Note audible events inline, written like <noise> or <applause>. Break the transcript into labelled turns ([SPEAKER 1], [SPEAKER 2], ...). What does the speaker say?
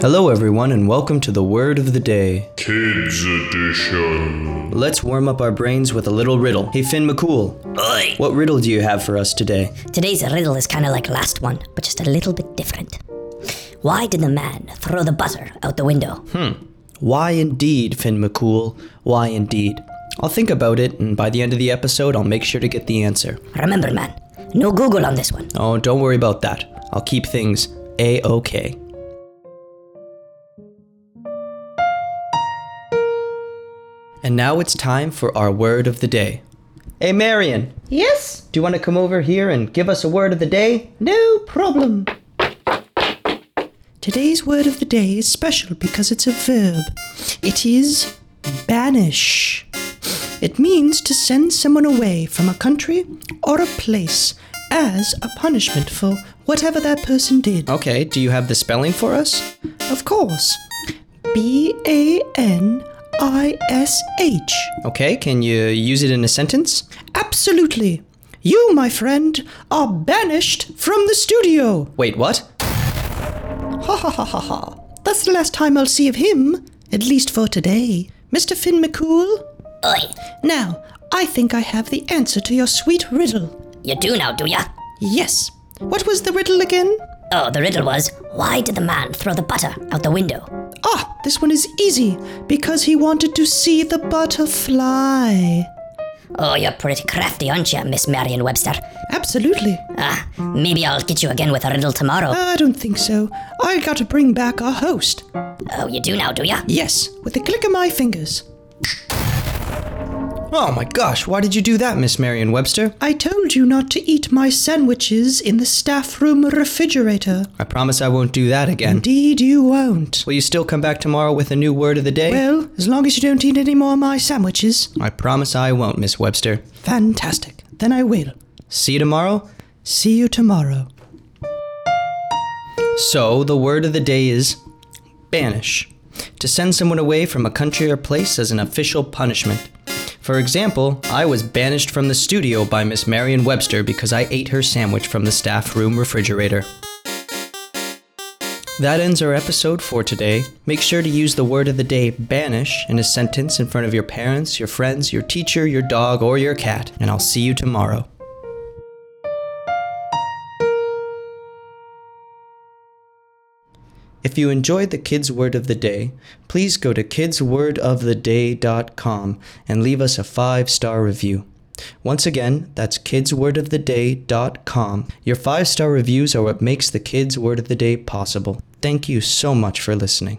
[SPEAKER 1] Hello, everyone, and welcome to the Word of the Day.
[SPEAKER 2] Kids Edition.
[SPEAKER 1] Let's warm up our brains with a little riddle. Hey, Finn McCool,
[SPEAKER 3] Oi!
[SPEAKER 1] what riddle do you have for us today?
[SPEAKER 3] Today's riddle is kind of like last one, but just a little bit different. Why did the man throw the butter out the window? <laughs>
[SPEAKER 1] Why indeed, Finn McCool? Why indeed? I'll think about it, and by the end of the episode, I'll make sure to get the answer.
[SPEAKER 3] Remember, man, no Google on this one.
[SPEAKER 1] Oh, don't worry about that. I'll keep things A OK. And now it's time for our word of the day. Hey, Marion,
[SPEAKER 4] Yes,
[SPEAKER 1] do you want to come over here and give us a word of the day?
[SPEAKER 4] no problem.
[SPEAKER 1] Today's word of the day is special because it's a verb. It is banish. It means to send someone away from a country or a place as a punishment for whatever that person did. Okay, do you have the spelling for us? Of course. B A N I S H. Okay, can you use it in a sentence? Absolutely. You, my friend, are banished from the studio. Wait, what? Ha ha ha ha ha. That's the last time I'll see of him, at least for today. Mr. Finn McCool?
[SPEAKER 3] Oi!
[SPEAKER 1] Now, I think I have the answer to your sweet riddle.
[SPEAKER 3] You do now, do ya?
[SPEAKER 1] Yes. What was the riddle again?
[SPEAKER 3] Oh, the riddle was why did the man throw the butter out the window?
[SPEAKER 1] Ah, this one is easy. Because he wanted to see the butterfly.
[SPEAKER 3] Oh, you're pretty crafty, aren't you, Miss Marion Webster?
[SPEAKER 1] Absolutely.
[SPEAKER 3] Ah, maybe I'll get you again with a riddle tomorrow.
[SPEAKER 1] I don't think so. I gotta bring back our host.
[SPEAKER 3] Oh, you do now, do ya?
[SPEAKER 1] Yes, with a click of my fingers. Oh my gosh, why did you do that, Miss Marion Webster?
[SPEAKER 4] I told you not to eat my sandwiches in the staff room refrigerator.
[SPEAKER 1] I promise I won't do that again.
[SPEAKER 4] Indeed, you won't.
[SPEAKER 1] Will you still come back tomorrow with a new word of the day?
[SPEAKER 4] Well, as long as you don't eat any more of my sandwiches,
[SPEAKER 1] I promise I won't, Miss Webster.
[SPEAKER 4] fantastic. Then I will.
[SPEAKER 1] See you tomorrow.
[SPEAKER 4] See you tomorrow.
[SPEAKER 1] So, the word of the day is banish. To send someone away from a country or place as an official punishment. For example, I was banished from the studio by Miss Marion Webster because I ate her sandwich from the staff room refrigerator. That ends our episode for today. Make sure to use the word of the day banish in a sentence in front of your parents, your friends, your teacher, your dog, or your cat, and I'll see you tomorrow. If you enjoyed the Kids Word of the Day, please go to kidswordoftheday.com and leave us a five star review. Once again, that's kidswordoftheday.com. Your five star reviews are what makes the Kids Word of the Day possible. Thank you so much for listening.